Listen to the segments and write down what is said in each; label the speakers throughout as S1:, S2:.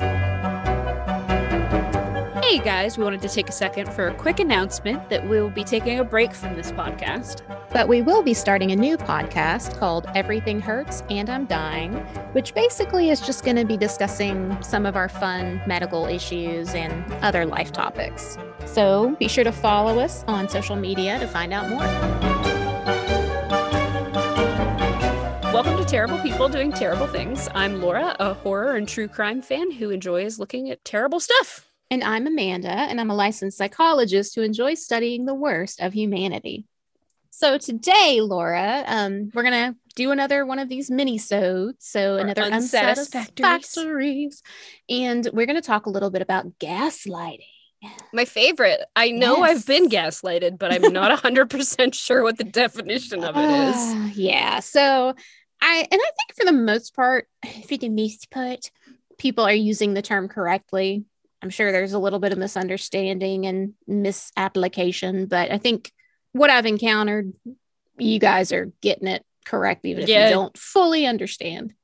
S1: Hey guys, we wanted to take a second for a quick announcement that we'll be taking a break from this podcast.
S2: But we will be starting a new podcast called Everything Hurts and I'm Dying, which basically is just going to be discussing some of our fun medical issues and other life topics. So be sure to follow us on social media to find out more.
S1: Welcome to Terrible People Doing Terrible Things. I'm Laura, a horror and true crime fan who enjoys looking at terrible stuff.
S2: And I'm Amanda, and I'm a licensed psychologist who enjoys studying the worst of humanity. So today, Laura, um, we're gonna do another one of these mini-sodes, so
S1: Or
S2: another
S1: unsatisfactories.
S2: unsatisfactories, and we're gonna talk a little bit about gaslighting.
S1: My favorite. I know I've
S2: Yes.
S1: been gaslighted, but I'm not 100% sure what the definition of it is.
S2: Ah, yeah. So I and I think for the most part, for the most part, people are using the term correctly. I'm sure there's a little bit of misunderstanding and misapplication, but I think what I've encountered, you guys are getting it correct, even if
S1: Yeah.
S2: you don't fully understand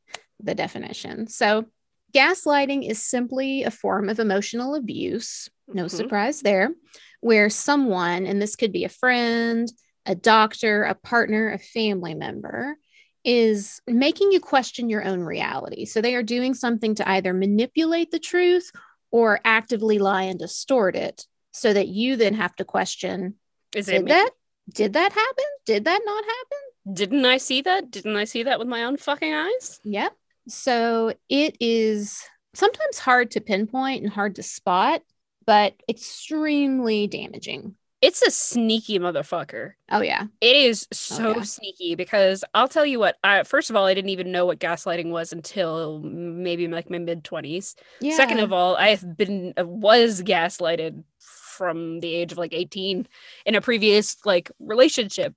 S2: the definition. So gaslighting is simply a form of emotional abuse. No
S1: Mhm.
S2: surprise there, where someone, and this could be a friend, a doctor, a partner, a family member, is making you question your own reality. So they are doing something to either manipulate the truth or actively lie and distort it so that you then have to question
S1: Is it
S2: did
S1: me?
S2: that did that happen? Did that not happen?
S1: Didn't I see that? Didn't I see that with my own fucking eyes?
S2: Yep. So it is sometimes hard to pinpoint and hard to spot, but extremely damaging.
S1: It's a sneaky motherfucker.
S2: Oh yeah.
S1: It is so
S2: yeah.
S1: sneaky because I'll tell you what. I, first of all, I didn't even know what gaslighting was until maybe like my mid 20s.
S2: Yeah.
S1: Second of all, I have been uh, was gaslighted from the age of like 18 in a previous like relationship.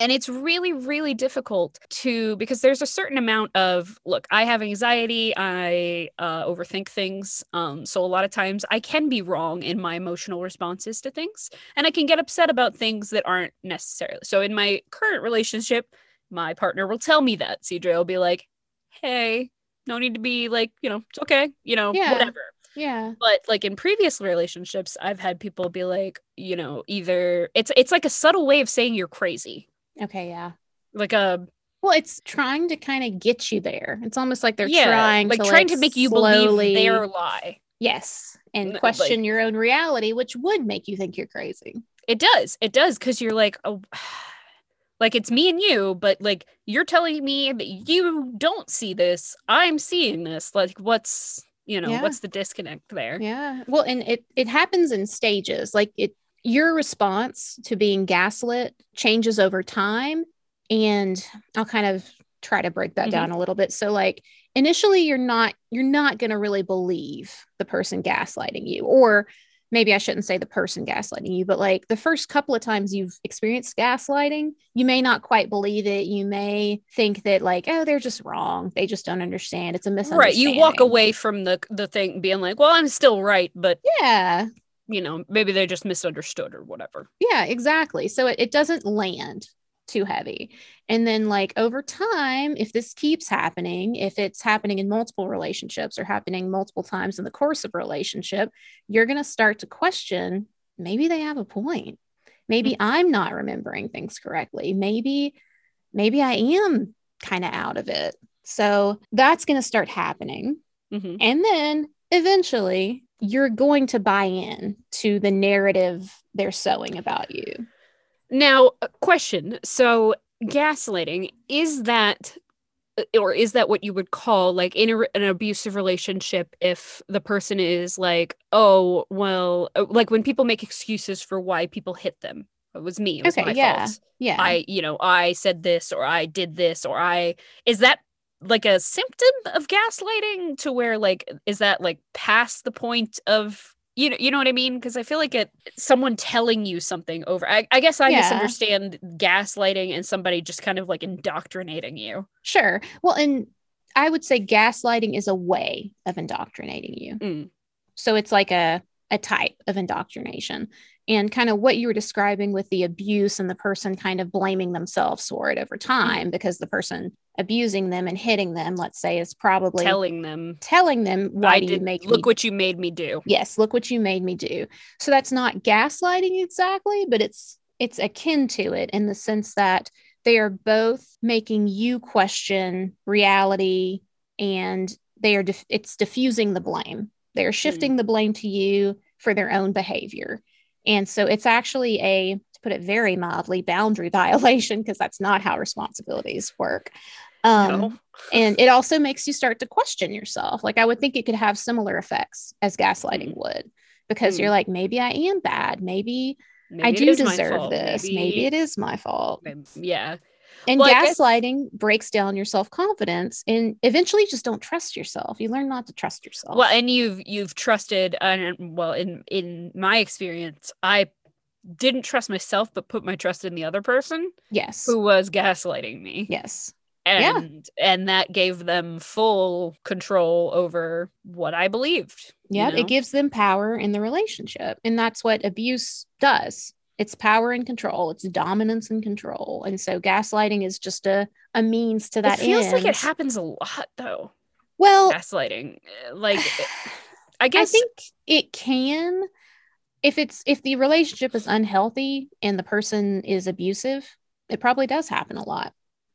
S1: And it's really, really difficult to because there's a certain amount of look, I have anxiety, I uh, overthink things. Um, so a lot of times I can be wrong in my emotional responses to things, and I can get upset about things that aren't necessarily. So in my current relationship, my partner will tell me that. CJ will be like, hey, no need to be like, you know, it's okay, you know,
S2: Yeah.
S1: whatever.
S2: yeah.
S1: But like in previous relationships, I've had people be like, you know, either it's it's like a subtle way of saying you're crazy.
S2: Okay, yeah.
S1: Like um, a
S2: Well, it's trying to kind of get you there. It's almost like they're
S1: yeah,
S2: trying
S1: like
S2: to
S1: trying to make you
S2: slowly-
S1: believe their lie.
S2: yes
S1: N-
S2: and
S1: like-
S2: question your own reality, which would make you think you're crazy.
S1: It does. It does because you're like, oh, like it's me and you, but like you're telling me that you don't see this. I'm seeing this. Like, what's you know,
S2: Yeah.
S1: what's the disconnect there?
S2: Yeah. Well, and it it happens in stages. Like it your response to being gaslit changes over time and I'll kind of try to break that
S1: Mhm.
S2: down a little bit. So like initially you're not you're not going to really believe the person gaslighting you or maybe I shouldn't say the person gaslighting you, but like the first couple of times you've experienced gaslighting, you may not quite believe it. You may think that like oh they're just wrong. They just don't understand. It's a misunderstanding.
S1: Right. You walk away from the the thing being like, well, I'm still right, but
S2: Yeah.
S1: you know, maybe they just misunderstood or whatever.
S2: Yeah, exactly. So it, it doesn't land too heavy. And then, like, over time, if this keeps happening, if it's happening in multiple relationships or happening multiple times in the course of a relationship, you're going to start to question maybe they have a point. Maybe I'm not remembering things correctly. Maybe, maybe I am kind of out of it. So that's going to start happening.
S1: hmm
S2: And then eventually you're going to buy in to the narrative they're sewing about you.
S1: Now, a question. So, gaslighting is that uh, or is that what you would call like in a, re- an abusive relationship if the person is like, "Oh, well, uh, like when people make excuses for why people hit them. It was me. It was
S2: Okay,
S1: my
S2: yeah,
S1: fault.
S2: Yeah.
S1: I, you know, I said this or I did this or I is that like a symptom of gaslighting to where like is that like past the point of you know you know what i mean because i feel like it someone telling you something over i, I guess i
S2: Yeah.
S1: misunderstand gaslighting and somebody just kind of like indoctrinating you
S2: Sure. Well, and I would say gaslighting is a way of indoctrinating you.
S1: Mm.
S2: So it's like a a type of indoctrination. And kind of what you were describing with the abuse and the person kind of blaming themselves for it over
S1: Mm.
S2: time because the person abusing them and hitting them, let's say, is probably
S1: telling them
S2: telling them why
S1: I
S2: do
S1: did,
S2: you make
S1: look
S2: me
S1: what you made me do
S2: yes look what you made me do so that's not gaslighting exactly but it's it's akin to it in the sense that they are both making you question reality and they are dif- it's diffusing the blame they are
S1: Hmm.
S2: shifting the blame to you for their own behavior and so it's actually a to put it very mildly boundary violation because that's not how responsibilities work um,
S1: no.
S2: and it also makes you start to question yourself. Like I would think it could have similar effects as
S1: Mm-hmm.
S2: gaslighting would because you're like maybe I am bad, maybe,
S1: Mm. Maybe
S2: I
S1: it
S2: do
S1: is my
S2: deserve
S1: fault.
S2: this, maybe, it is my fault.
S1: maybe- yeah
S2: And
S1: Well, I guess-
S2: gaslighting breaks down your self-confidence and eventually you just don't trust yourself. You learn not to trust yourself.
S1: well and you've you've trusted and and, well in in my experience i didn't trust myself but put my trust in the other person
S2: yes.
S1: who was gaslighting me
S2: Yes. Yeah.
S1: and and that gave them full control over what i believed you
S2: Yeah,
S1: know?
S2: it gives them power in the relationship. And that's what abuse does. It's power and control. It's dominance and control. And so gaslighting is just a, a means to that
S1: it feels
S2: end.
S1: like it happens a lot though
S2: Well,
S1: gaslighting Uh, like it- i
S2: I
S1: guess
S2: think it can if it's if the relationship is unhealthy and the person is abusive, it probably does happen a lot.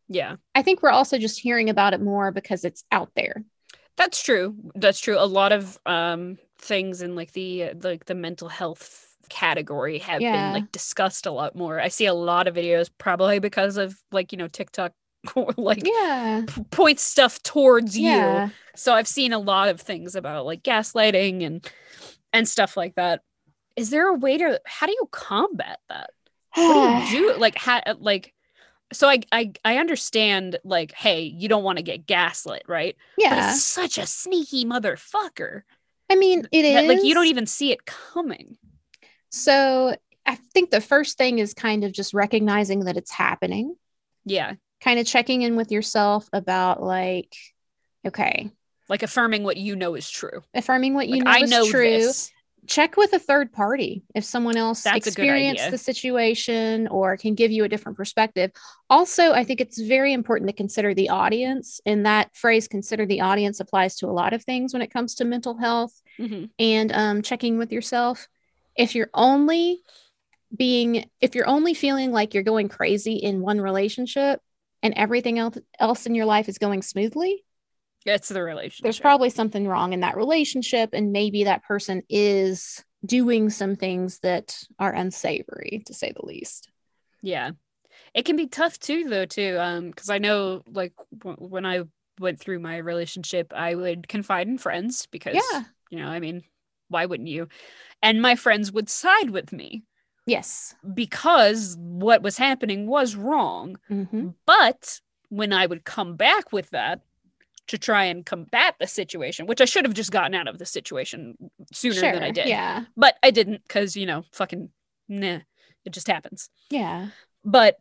S1: yeah
S2: I think we're also just hearing about it more because it's out there.
S1: that's true that's true a lot of um things in like the uh, like the mental health category have
S2: Yeah.
S1: been like discussed a lot more i see a lot of videos probably because of like you know tiktok like
S2: Yeah.
S1: p- points stuff towards you
S2: Yeah.
S1: So I've seen a lot of things about like gaslighting and and stuff like that. Is there a way to how do you combat that? What do you do? Like how like so I I I understand like hey, you don't want to get gaslit, right? But
S2: yeah.
S1: it's such a sneaky motherfucker.
S2: I mean, it is
S1: That, like you don't even see it coming.
S2: So I think the first thing is kind of just recognizing that it's happening,
S1: Yeah.
S2: kind of checking in with yourself about like, okay,
S1: Like affirming what you know is true.
S2: affirming what you
S1: Like,
S2: know
S1: I
S2: is
S1: know
S2: true.
S1: this.
S2: Check with a third party if someone else
S1: That's a good
S2: experienced
S1: idea.
S2: the situation or can give you a different perspective. Also, I think it's very important to consider the audience. And that phrase, consider the audience, applies to a lot of things when it comes to mental health
S1: Mhm.
S2: and um, checking with yourself. If you're only being, if you're only feeling like you're going crazy in one relationship and everything else else in your life is going smoothly,
S1: It's the relationship.
S2: there's probably something wrong in that relationship, and maybe that person is doing some things that are unsavory, to say the least.
S1: Yeah. It can be tough too though too um cuz I know like w- when I went through my relationship I would confide in friends because
S2: Yeah.
S1: you know I mean why wouldn't you? And my friends would side with me
S2: Yes.
S1: because what was happening was wrong.
S2: hmm
S1: But when I would come back with that to try and combat the situation, which I should have just gotten out of the situation sooner
S2: Sure.
S1: than I did.
S2: Yeah.
S1: But I didn't cuz you know fucking nah it just happens
S2: Yeah.
S1: but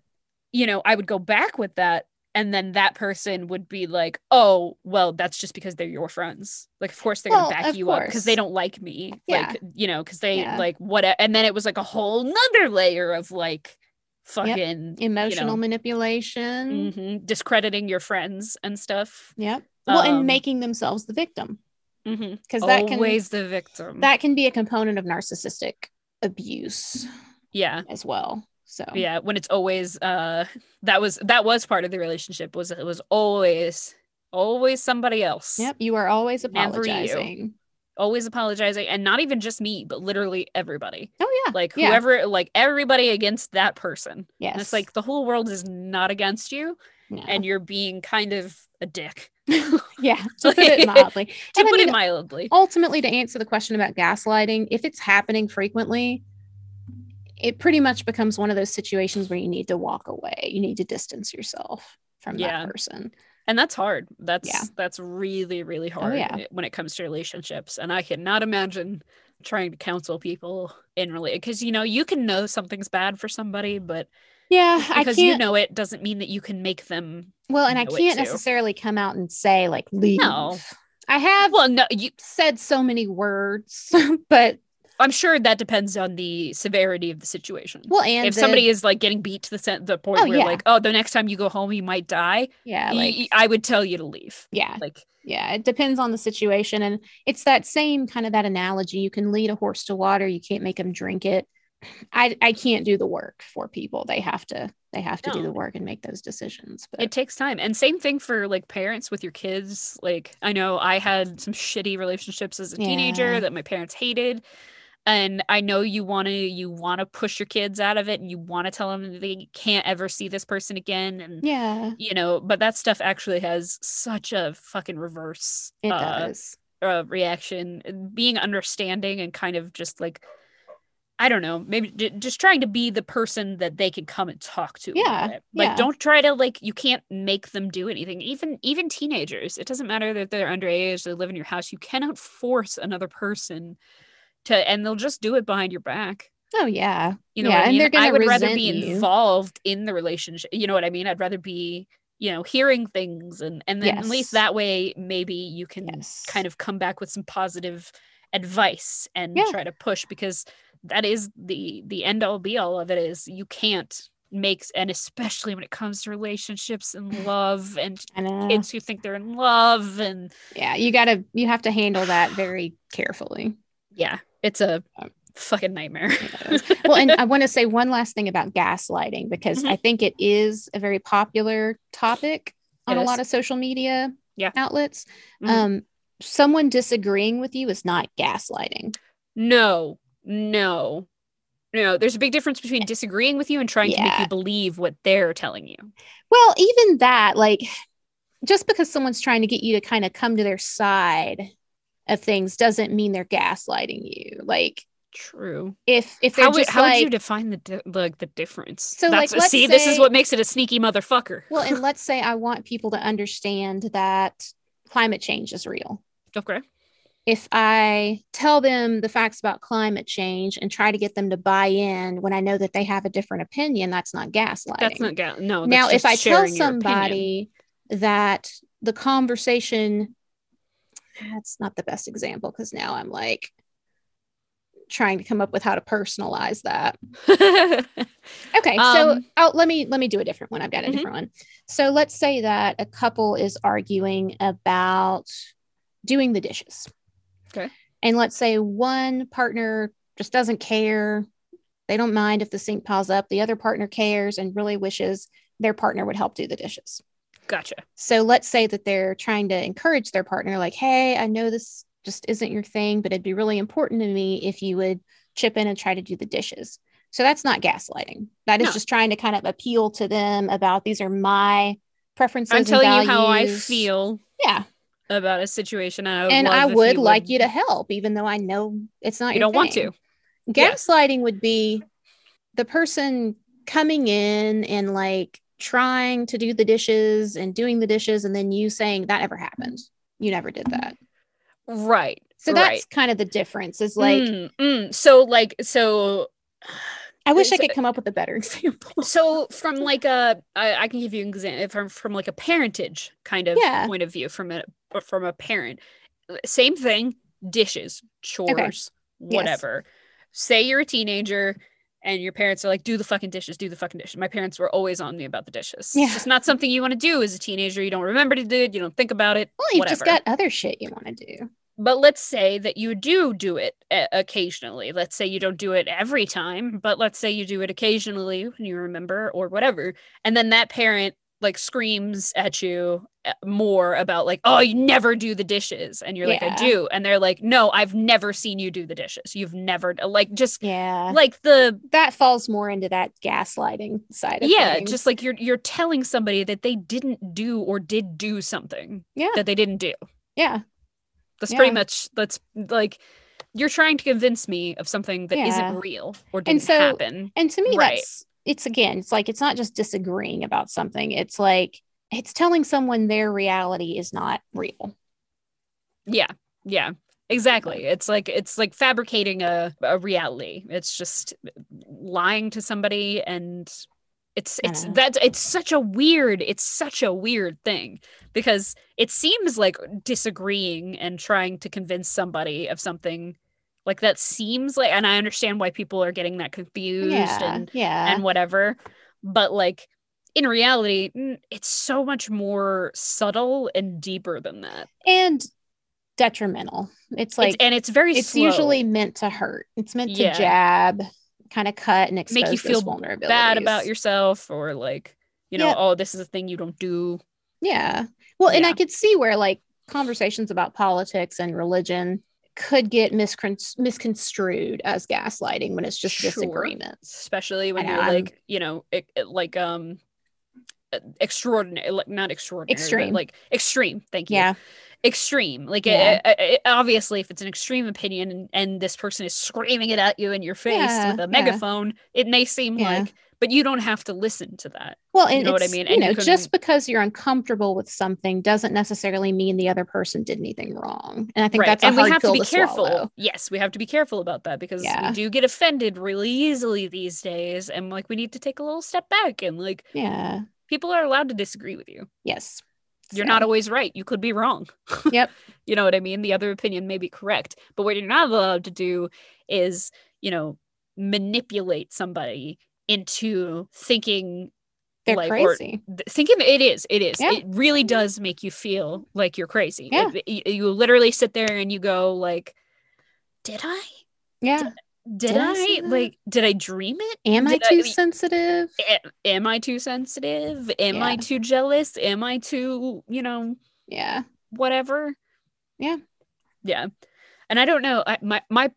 S1: you know i would go back with that and then that person would be like oh well that's just because they're your friends like of course they're
S2: Well,
S1: gonna back
S2: of
S1: you up
S2: course.
S1: because they don't like me like you know because they
S2: Yeah.
S1: like what and then it was like a whole nother layer of like fucking
S2: Emotional
S1: you know,
S2: manipulation.
S1: mhm, discrediting your friends and stuff
S2: Yep. Well,
S1: Um,
S2: and making themselves the victim
S1: mm-hmm.
S2: because that can
S1: always the victim
S2: that can be a component of narcissistic abuse
S1: yeah
S2: as well. So
S1: yeah when it's always uh that was that was part of the relationship was it was always always somebody else
S2: yep, you are always
S1: Never you.
S2: apologizing.
S1: always apologizing and not even just me but literally everybody
S2: Oh yeah,
S1: like
S2: Yeah.
S1: whoever like everybody against that person
S2: yes,
S1: and it's like the whole world is not against you
S2: No.
S1: and you're being kind of a dick
S2: yeah, to put it
S1: like-
S2: mildly.
S1: to
S2: And I
S1: put
S2: mean,
S1: it mildly
S2: ultimately, to answer the question about gaslighting, if it's happening frequently, it pretty much becomes one of those situations where you need to walk away. You need to distance yourself from
S1: Yeah.
S2: that person.
S1: and that's hard that's
S2: Yeah. Oh,
S1: that's really really hard
S2: yeah.
S1: when it comes to relationships and i cannot imagine trying to counsel people in really because you know you can know something's bad for somebody but
S2: Yeah, I
S1: because
S2: can't.
S1: you know it doesn't mean that you can make them
S2: well, and I
S1: know it
S2: can't
S1: too.
S2: necessarily come out and say like leave.
S1: No.
S2: I have
S1: well no you
S2: said so many words, but
S1: i'm sure that depends on the severity of the situation
S2: well, and
S1: if
S2: the-
S1: somebody is like getting beat to the sen- the point
S2: Oh,
S1: where
S2: yeah.
S1: like oh the next time you go home you might die
S2: yeah,
S1: I,
S2: like
S1: I would tell you to leave
S2: yeah,
S1: like
S2: yeah, it depends on the situation, and it's that same kind of that analogy. You can lead a horse to water, you can't make them drink it. I I can't do the work for people. They have to they have to do
S1: No.
S2: the work and make those decisions. But
S1: it takes time and same thing for like parents with your kids like i know i had some shitty relationships as a
S2: Yeah.
S1: teenager that my parents hated and i know you want to you want to push your kids out of it and you want to tell them that they can't ever see this person again and
S2: yeah,
S1: you know but that stuff actually has such a fucking reverse
S2: it
S1: uh,
S2: does.
S1: uh, reaction being understanding and kind of just like i don't know maybe j- just trying to be the person that they can come and talk to about
S2: Yeah,
S1: it. like
S2: yeah.
S1: don't try to like you can't make them do anything even even teenagers it doesn't matter that they're underage they live in your house you cannot force another person to and they'll just do it behind your back
S2: Oh yeah,
S1: you know
S2: Yeah,
S1: what I
S2: and
S1: mean?
S2: they're gonna
S1: I would rather
S2: resent
S1: be
S2: you.
S1: involved in the relationship. You know what I mean? I'd rather be, you know, hearing things and and then at
S2: Yes.
S1: least that way maybe you can
S2: Yes.
S1: kind of come back with some positive advice and
S2: Yeah.
S1: try to push because that is the the end all be all of it is you can't make and especially when it comes to relationships and love and
S2: I know.
S1: kids who think they're in love and
S2: yeah, you gotta you have to handle that very carefully.
S1: yeah, it's a
S2: Um,
S1: fucking nightmare.
S2: well, and I want to say one last thing about gaslighting because
S1: Mm-hmm.
S2: I think it is a very popular topic on
S1: It
S2: a
S1: is.
S2: lot of social media
S1: Yeah.
S2: outlets.
S1: Mhm.
S2: Um, someone disagreeing with you is not gaslighting.
S1: No, no, no. There's a big difference between disagreeing with you and trying to make
S2: Yeah.
S1: you believe what they're telling you.
S2: Well, even that, like, just because someone's trying to get you to kind of come to their side of things doesn't mean they're gaslighting you. Like,
S1: True.
S2: if if they're
S1: How would
S2: just
S1: how
S2: like,
S1: would you define the di- like the difference?
S2: So,
S1: That's
S2: like,
S1: what-
S2: let's
S1: see, this is
S2: say-
S1: what makes it a sneaky motherfucker.
S2: well, and let's say I want people to understand that climate change is real.
S1: Okay.
S2: if I tell them the facts about climate change and try to get them to buy in when I know that they have a different opinion, that's not gaslighting.
S1: That's not ga- no. that's
S2: now, if
S1: just
S2: I tell
S1: sharing your opinion.
S2: somebody that the conversation, that's not the best example because now I'm like trying to come up with how to personalize that. Okay, so
S1: Um,
S2: oh, let me let me do a different one. I've got a
S1: Mhm.
S2: different one. So let's say that a couple is arguing about doing the dishes.
S1: Okay.
S2: And let's say one partner just doesn't care. They don't mind if the sink piles up. The other partner cares and really wishes their partner would help do the dishes.
S1: gotcha.
S2: So let's say that they're trying to encourage their partner, like, hey, I know this just isn't your thing, but it'd be really important to me if you would chip in and try to do the dishes. So that's not gaslighting. That is
S1: No.
S2: just trying to kind of appeal to them about these are my preferences.
S1: I'm
S2: and
S1: telling you how I
S2: values."
S1: feel
S2: Yeah.
S1: about a situation, and I would
S2: and
S1: love
S2: I
S1: if
S2: would like you to help, even though I know it's
S1: You
S2: not your
S1: don't want
S2: thing
S1: to. Yeah.
S2: gaslighting would be the person coming in and like trying to do the dishes and doing the dishes and then you saying that never happened you never did that
S1: Right.
S2: so that's
S1: Right.
S2: kind of the difference is like
S1: Mm, mm. so like so
S2: i wish i
S1: It's-
S2: could come up with a better example
S1: so from like a I, I can give you an example from from like a parentage kind of
S2: Yeah.
S1: point of view from a from a parent same thing dishes chores whatever say you're a teenager and your parents are like do the fucking dishes do the fucking dishes my parents were always on me about the dishes
S2: Yeah.
S1: it's just not something you want to do as a teenager you don't remember to do it you don't think about it
S2: well you've
S1: whatever
S2: just got other shit you want to do
S1: but let's say that you do do it uh, occasionally let's say you don't do it every time but let's say you do it occasionally when you remember or whatever and then that parent like screams at you uh, more about like oh you never do the dishes and you're like i
S2: Yeah.
S1: do and they're like no i've never seen you do the dishes you've never d-" like just
S2: yeah
S1: like the
S2: that falls more into that gaslighting side of
S1: yeah
S2: things.
S1: just like you're you're telling somebody that they didn't do or did do something
S2: Yeah.
S1: that they didn't do
S2: yeah
S1: That's
S2: Yeah.
S1: pretty much that's like you're trying to convince me of something that
S2: Yeah.
S1: not real or didn't
S2: so-
S1: happen.
S2: And to me,
S1: Right.
S2: that's it's again, it's like it's not just disagreeing about something. It's like it's telling someone their reality is not real.
S1: Yeah. Yeah. Exactly. It's like it's like fabricating a, a reality. It's just lying to somebody and it's
S2: I
S1: it's
S2: know.
S1: that's it's such a weird it's such a weird thing because it seems like disagreeing and trying to convince somebody of something like that seems like and I understand why people are getting that confused
S2: Yeah.
S1: and
S2: yeah.
S1: and whatever. But like in reality, mm, it's so much more subtle and deeper than that.
S2: and detrimental. It's
S1: Like,
S2: like
S1: it's, and it's very
S2: it's
S1: slow.
S2: usually meant to hurt. It's meant to
S1: Yeah.
S2: jab, kind of cut and expose
S1: make you feel
S2: vulnerability.
S1: bad about yourself or like you know
S2: Yeah.
S1: oh this is a thing you don't do
S2: Yeah. Well, and
S1: Yeah.
S2: I could see where like conversations about politics and religion could get miscon- misconstrued as gaslighting when it's just
S1: Sure.
S2: disagreements.
S1: especially when
S2: I know,
S1: you're
S2: I'm-
S1: like you know it, it- like um uh, extraordinary like not extraordinary but,
S2: Extreme.
S1: like extreme thank you
S2: Yeah.
S1: extreme like
S2: Yeah.
S1: it, it- it- obviously if it's an extreme opinion and, and this person is screaming it at you in your face
S2: Yeah,
S1: with
S2: yeah.
S1: a megaphone it may seem
S2: Yeah.
S1: like but you don't have to listen to that
S2: Well, and
S1: know what I
S2: it's,
S1: mean?
S2: You
S1: And
S2: know,
S1: you
S2: just
S1: can-
S2: because you're uncomfortable with something doesn't necessarily mean the other person did anything wrong. And I think that's a
S1: and
S2: hard
S1: we have
S2: pill
S1: to be careful.
S2: swallow.
S1: Yes, we have to be careful about that because
S2: Yeah.
S1: we do get offended really easily these days, and like we need to take a little step back and like
S2: Yeah.
S1: people are allowed to disagree with you.
S2: Yes.
S1: You're
S2: So,
S1: not always right. You could be wrong.
S2: Yep.
S1: You know what I mean? The other opinion may be correct, but what you're not allowed to do is, you know, manipulate somebody into thinking
S2: they're
S1: like, or-
S2: crazy.
S1: th- thinking it is it is
S2: Yeah.
S1: it really does make you feel like you're crazy
S2: Yeah.
S1: It- y- you literally sit there and you go like did i
S2: yeah.
S1: did,
S2: Did I
S1: I,
S2: say that?
S1: like did I dream it?
S2: Am I e
S1: did I-
S2: too sensitive?
S1: A- Am I too sensitive? Am I
S2: Yeah.
S1: too jealous? Am I too, you know,
S2: Yeah.
S1: whatever?
S2: Yeah.
S1: Yeah. And I don't know, I, my my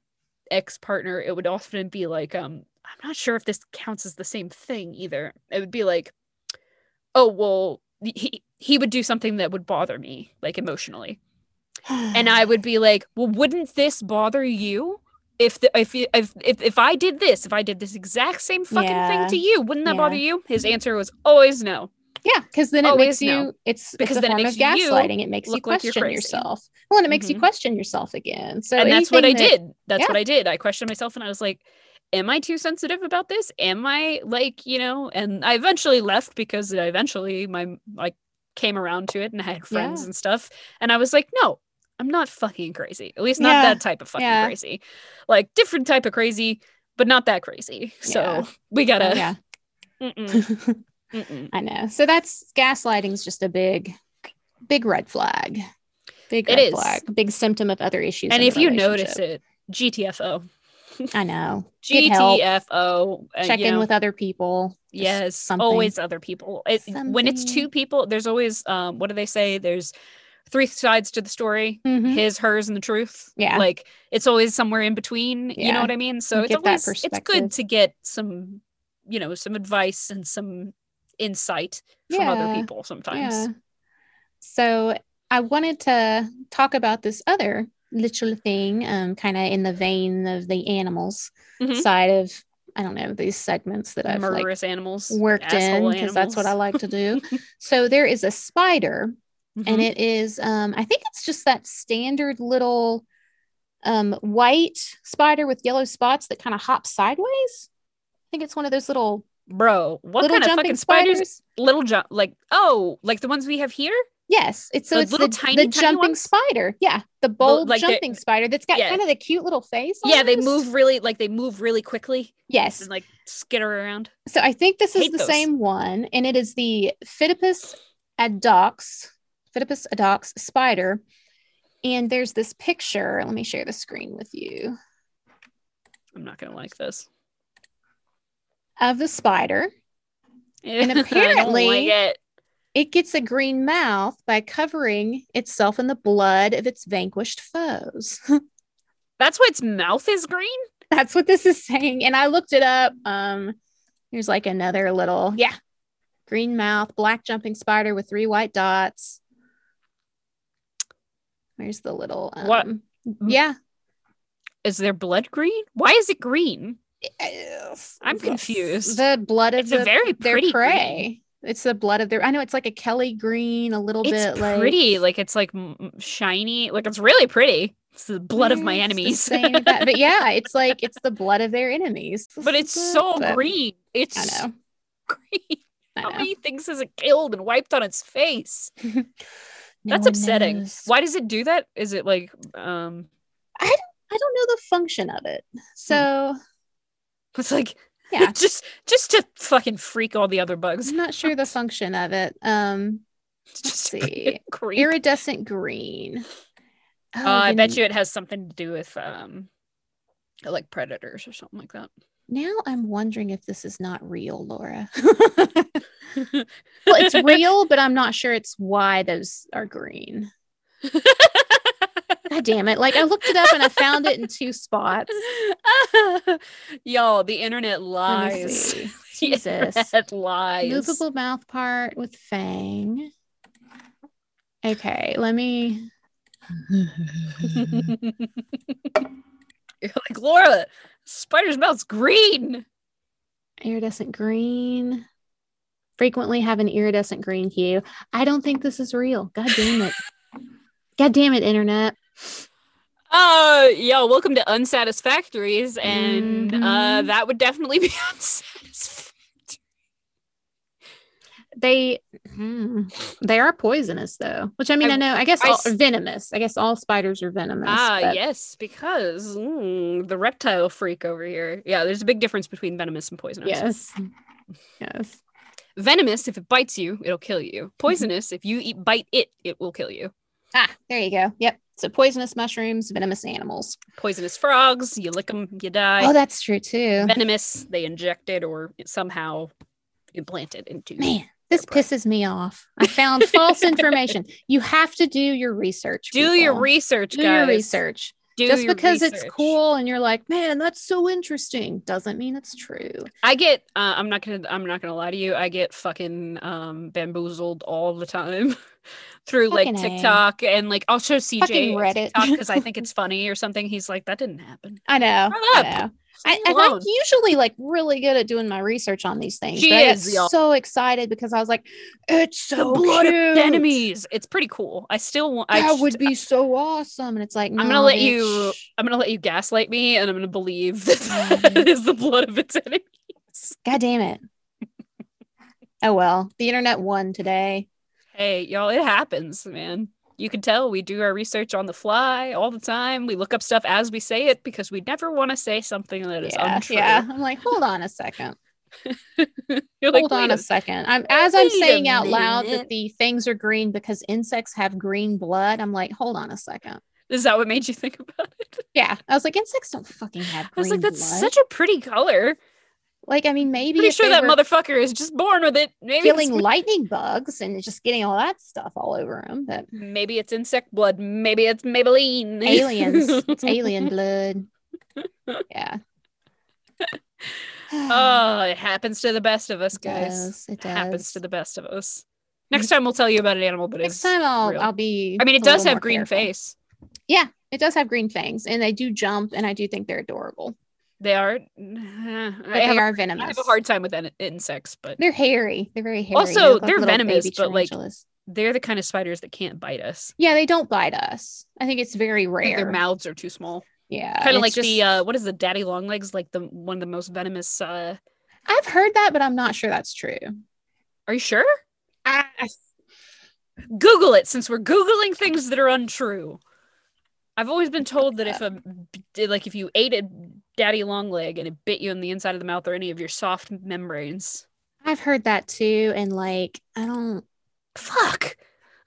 S1: ex-partner it would often be like um I'm not sure if this counts as the same thing either. It would be like oh well he he would do something that would bother me like emotionally and I would be like, "Well, wouldn't this bother you if the, if, you, if if if I did this, if I did this exact same fucking
S2: Yeah.
S1: thing to you, wouldn't that
S2: Yeah.
S1: bother you?" His answer was always no.
S2: Yeah, because then it
S1: Always
S2: makes you
S1: no.
S2: it's
S1: Because
S2: it's a
S1: then it
S2: form
S1: makes
S2: of
S1: you
S2: gaslighting. It makes you
S1: look like you're
S2: question
S1: crazy.
S2: yourself. Well, and it makes you
S1: Mhm.
S2: question yourself again. So
S1: and that's what I
S2: anything that-
S1: did. That's what I did. I questioned myself and I was like, "Am I too sensitive about this? Am I like, you know?" And I eventually left because I eventually my like came around to it and I had friends
S2: Yeah.
S1: and stuff, and I was like, "No, I'm not fucking crazy. At least not
S2: Yeah.
S1: that type of fucking
S2: Yeah.
S1: crazy. Like different type of crazy." But not that crazy. So
S2: Yeah.
S1: we gotta
S2: yeah.
S1: Mm-mm, mm-mm.
S2: Oh, I know. So that's gaslighting's just a big, big red flag. Big
S1: It
S2: red
S1: is.
S2: flag. Big symptom of other issues.
S1: And
S2: in a
S1: if you notice
S2: relationship.
S1: it, GTFO,
S2: I know. Get help.
S1: GTFO, uh,
S2: Check
S1: you
S2: in
S1: know,
S2: with other people. Just
S1: yes,
S2: something.
S1: always other people. It, when it's
S2: Something.
S1: two people, there's always um, what do they say? There's three sides to the story:
S2: Mhm.
S1: his, hers, and the truth.
S2: Yeah.
S1: like it's always somewhere in between. You
S2: Yeah.
S1: know what I mean? So
S2: You
S1: it's
S2: get that
S1: always it's good
S2: perspective.
S1: to get some, you know, some advice and some insight from
S2: Yeah.
S1: other people sometimes.
S2: Yeah. So I wanted to talk about this other little thing, um, kind of in the vein of the animals
S1: Mhm.
S2: side of I don't know these segments that I've like,
S1: Murderous animals
S2: worked in
S1: asshole
S2: because that's what I
S1: animals.
S2: like to do. so there is a spider, and
S1: Mhm.
S2: it is um, I think it's just that standard little um, white spider with yellow spots that kind of hops sideways. I think it's one of those little
S1: bro, what
S2: little
S1: kind of
S2: jumping
S1: fucking spiders?
S2: spiders.
S1: little jump like oh like the ones we have here
S2: Yes, it's so
S1: The
S2: it's
S1: little
S2: the,
S1: tiny,
S2: the
S1: tiny
S2: jumping
S1: ones?
S2: spider. Yeah, the bold
S1: like the-
S2: jumping spider that's got
S1: yeah.
S2: kind of the cute little face.
S1: yeah they
S2: almost.
S1: move really like they move really quickly
S2: Yes,
S1: and like skitter around
S2: so I think this is
S1: hate
S2: the
S1: those.
S2: same one, and it is the Phidippus adox, Phidippus adox spider. And there's this picture. Let me share the screen with you
S1: i'm not gonna like this
S2: of the spider. And
S1: I don't
S2: apparently-
S1: like it.
S2: It gets a green mouth by covering itself in the blood of its vanquished foes.
S1: that's why its mouth is green
S2: That's what this is saying. And I looked it up. Um, here's like another little, yeah, green mouth, black jumping spider with three white dots. Where's the little um,
S1: What?
S2: Yeah,
S1: is there blood green why is it green
S2: Ugh.
S1: I'm confused.
S2: The blood of
S1: It's a
S2: the-
S1: very
S2: their
S1: pretty
S2: prey. It's the blood of their. I know it's like a Kelly green, a little
S1: It's
S2: bit like
S1: pretty. Like, it's like m- shiny. Like it's really pretty. It's the blood of my
S2: Yeah, it's the
S1: enemies.
S2: same as that. But yeah, it's like it's the blood of their enemies.
S1: but it's so
S2: But-
S1: green. Oh, It's
S2: I
S1: so
S2: know.
S1: green.
S2: I
S1: How
S2: know.
S1: many things has it killed and wiped on its face?
S2: No
S1: That's
S2: one
S1: upsetting.
S2: knows.
S1: Why does it do that? Is it like um
S2: I don't know the function of it. So
S1: Hmm. it's like
S2: Yeah.
S1: just just to fucking freak all the other bugs.
S2: I'm not sure the function of it. Um,
S1: Just
S2: Let's
S1: to
S2: see.
S1: creep.
S2: iridescent green. Oh,
S1: Uh, I bet
S2: then
S1: you it has something to do with um like predators or something like that.
S2: Now I'm wondering if this is not real, Laura. well, it's real, but I'm not sure it's why those are green. God damn it. Like I looked it up and I found it in two spots.
S1: Y'all, the internet
S2: Let me
S1: lies.
S2: see.
S1: The
S2: Jesus.
S1: internet lies.
S2: Movable mouth part with fang. Okay, let me.
S1: You're like Laura. Spider's mouth's green.
S2: iridescent green. Frequently have an iridescent green hue. I don't think this is real. God damn it. God damn it, internet.
S1: Uh, yo, welcome to Unsatisfactories, and uh,
S2: Mhm.
S1: that would definitely be unsatisfactory.
S2: They hmm, they are poisonous though, which I mean,
S1: I-
S2: I, know. I guess
S1: I
S2: all,
S1: s-
S2: venomous. I guess all spiders are venomous.
S1: Ah,
S2: but-
S1: yes, because mm, the reptile freak over here. Yeah, there's a big difference between venomous and poisonous.
S2: Yes. Yes.
S1: Venomous, if it bites you, it'll kill
S2: Mm-hmm.
S1: you. Poisonous, if you eat bite it, it will kill you.
S2: Ah, there you go. Yep. So poisonous mushrooms, venomous animals.
S1: Poisonous frogs, you lick them, you die.
S2: oh, that's true too.
S1: venomous they injected or somehow implanted into
S2: Man, this
S1: They're
S2: pisses me off. I found false information. You have to do your research.
S1: do your
S2: people.
S1: research
S2: Do
S1: guys
S2: your research.
S1: Do
S2: Just
S1: your
S2: because it's
S1: research.
S2: cool and you're like, man, that's so interesting, doesn't mean it's true.
S1: i get uh, i'm not gonna i'm not gonna lie to you i get fucking um bamboozled all the time through like
S2: Fucking A.
S1: tiktok and like i'll show cj
S2: Fucking
S1: a
S2: Reddit.
S1: tiktok because i think it's funny or something he's like that didn't happen
S2: I know.
S1: Shut
S2: I
S1: up.
S2: know. I,
S1: Leave me
S2: I'm
S1: alone.
S2: like usually like really good at doing my research on these things.
S1: She
S2: but I got
S1: is, y'all.
S2: so excited because I was like, it's
S1: the
S2: so
S1: blood
S2: cute.
S1: of enemies it's pretty cool i still want I
S2: Oh, That
S1: st-
S2: would be so awesome. And it's like,
S1: gonna
S2: "Nah,
S1: let you-
S2: bitch."
S1: i'm gonna let you gaslight me and i'm gonna believe that,
S2: Mhm.
S1: that is the blood of its enemies
S2: God damn it. oh well, the internet won today.
S1: Hey, y'all, it happens, man. You can tell we do our research on the fly all the time. We look up stuff as we say it because we never want to say something that is
S2: yeah,
S1: untrue.
S2: yeah. I'm like, hold on a second.
S1: You're like,
S2: Hold on
S1: "Wait
S2: a second. I'm as I'm
S1: wait a
S2: saying out loud
S1: minute.
S2: that the things are green because insects have green blood. I'm like, hold on a second.
S1: Is that what made you think about it?
S2: Yeah, I was like, insects don't fucking have
S1: I
S2: green
S1: was like, that's
S2: blood.
S1: such a pretty color.
S2: like, I mean, maybe
S1: Pretty
S2: if
S1: sure
S2: they
S1: that
S2: were
S1: motherfucker is just born with it. Maybe
S2: killing
S1: it's,
S2: lightning bugs and just getting all that stuff all over them. But
S1: maybe it's insect blood. Maybe it's Maybelline.
S2: aliens, it's alien blood. Yeah.
S1: Oh, it happens to the best of us,
S2: It
S1: guys.
S2: does, it
S1: happens
S2: does.
S1: to the best of us. Next time we'll tell you about an animal, but
S2: Next
S1: it's
S2: time I'll
S1: real.
S2: I'll be.
S1: I mean, it
S2: a little
S1: does have
S2: more
S1: green
S2: careful.
S1: face.
S2: It does have green fangs, and they do jump, and I do think they're adorable.
S1: They are. I
S2: But
S1: have,
S2: they
S1: a-
S2: are
S1: I have
S2: venomous.
S1: a hard time with in- insects, but
S2: They're hairy. They're very hairy.
S1: Also,
S2: They look
S1: they're
S2: little
S1: venomous,
S2: baby
S1: but, like,
S2: tarantulas.
S1: they're the kind of spiders that can't bite us.
S2: yeah, they don't bite us. I think it's very
S1: I think
S2: rare.
S1: Their mouths are too small.
S2: yeah,
S1: kind of
S2: it's
S1: like the
S2: just-
S1: uh, what is the daddy long legs? Like the one of the most venomous. Uh,
S2: I've heard that, but I'm not sure that's true.
S1: are you sure?
S2: I,
S1: Google it since we're googling things that are untrue. I've always been told that if a like if you ate a daddy long leg and it bit you in the inside of the mouth or any of your soft membranes,
S2: have heard that too, and like I don't,
S1: fuck,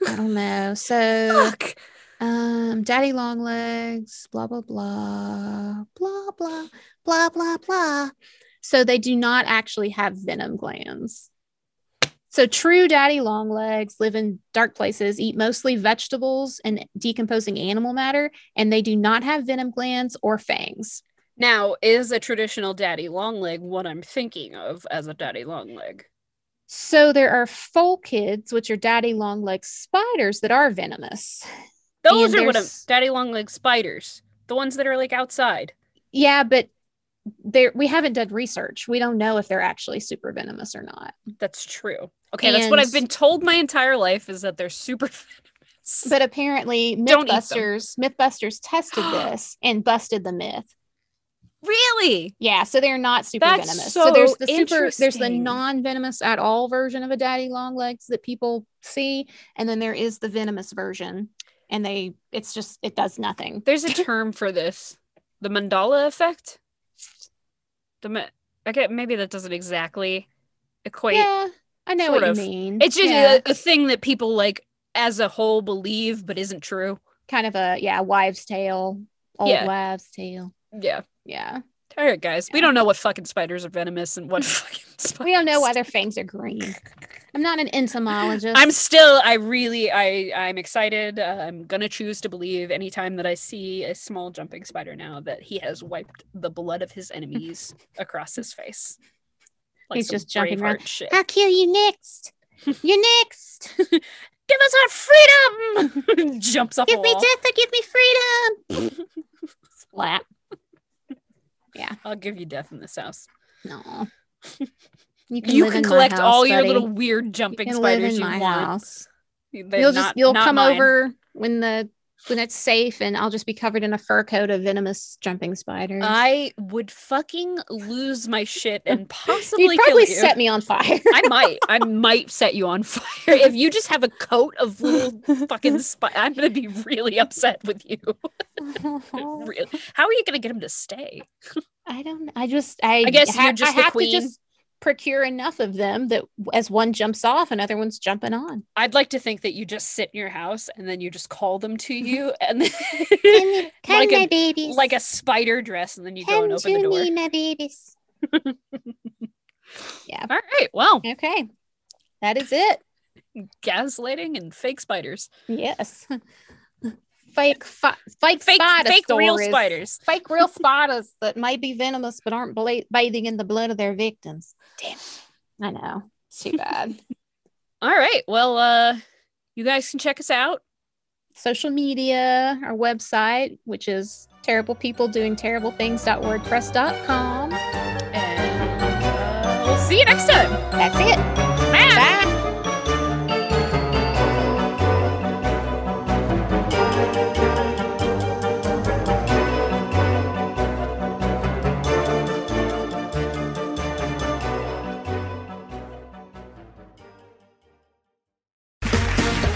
S2: I don't know. So,
S1: fuck.
S2: um, daddy long legs, blah blah blah, blah blah blah blah blah. So they do not actually have venom glands. So true daddy long legs live in dark places, eat mostly vegetables and decomposing animal matter, and they do not have venom glands or fangs.
S1: Now, is a traditional daddy long leg what I'm thinking of as a daddy long leg?
S2: So there are folkids, which are daddy long leg spiders that are venomous.
S1: Those
S2: And
S1: are what I'm,
S2: there's-
S1: daddy long leg spiders, the ones that are like outside.
S2: Yeah, but there we haven't done research. We don't know if they're actually super venomous or not.
S1: That's true. Okay, that's what
S2: And-
S1: I've been told my entire life is that they're super venomous.
S2: But apparently,
S1: Don't eat them.
S2: MythBusters MythBusters tested this and busted the myth.
S1: really?
S2: Yeah, so they're not super
S1: That's
S2: venomous.
S1: so
S2: there's the super there's the
S1: interesting.
S2: non-venomous at all version of a daddy long legs that people see, and then there is the venomous version, and they it's just it does nothing.
S1: There's a term for this. The mandala effect? The ma- okay, maybe that doesn't exactly equate.
S2: yeah, I know
S1: sort
S2: what
S1: of.
S2: you mean.
S1: It's just uh,
S2: Yeah,
S1: a, a thing that people like as a whole believe but isn't true.
S2: kind of a yeah wives' tale, old
S1: Yeah.
S2: wives' tale.
S1: Yeah.
S2: Yeah,
S1: All right, guys. We
S2: Yeah.
S1: don't know what fucking spiders are venomous and what fucking spiders.
S2: we don't know why their fangs are green. I'm not an entomologist.
S1: I'm still. I really. I. I'm excited. Uh, I'm gonna choose to believe anytime that I see a small jumping spider now that he has wiped the blood of his enemies across his face.
S2: He's
S1: some
S2: just jumping around.
S1: Braveheart Shit.
S2: I'll kill you next. You're next.
S1: Give us our freedom! Jumps off
S2: give
S1: a
S2: me
S1: wall.
S2: death or give me freedom. Slap.
S1: I'll give you death in this house.
S2: No. You
S1: You
S2: live
S1: can
S2: in my
S1: collect
S2: house,
S1: all your
S2: buddy.
S1: little weird jumping
S2: can live
S1: spiders
S2: in
S1: you
S2: my
S1: want.
S2: house.
S1: They're
S2: you'll
S1: not-
S2: just you'll
S1: not
S2: come
S1: mine.
S2: over when the when it's safe, and I'll just be covered in a fur coat of venomous jumping spiders.
S1: I would fucking lose my shit and possibly
S2: You'd
S1: kill
S2: probably
S1: you.
S2: set me on fire.
S1: I might. I might set you on fire if you just have a coat of little fucking spy. I'm gonna be really upset with you.
S2: Oh.
S1: Really. How are you gonna get him to stay?
S2: I don't. I just. I,
S1: I guess
S2: ha-
S1: you're just
S2: I
S1: the
S2: have
S1: queen.
S2: to just procure enough of them that as one jumps off, another one's jumping on.
S1: I'd like to think that you just sit in your house and then you just call them to you, and then
S2: Come, come
S1: Like a-
S2: my babies.
S1: like a spider dress, and then you go
S2: come
S1: and open the
S2: to
S1: door.
S2: me, my babies. yeah.
S1: All right. Well,
S2: Okay. That is it.
S1: gaslighting and fake spiders,
S2: Yes. Fake, fi- fake,
S1: fake
S2: spider
S1: fake real
S2: stories.
S1: spiders.
S2: Fake real spiders that may be venomous but aren't bla- bathing in the blood of their victims.
S1: Damn.
S2: I know. It's too bad.
S1: All right. Well, uh, you guys can check us out
S2: Social media, our website, which is terriblepeopledoingterriblethings.wordpress.com.
S1: and uh, we'll see you next time.
S2: That's it.
S1: Bye.
S2: Bye.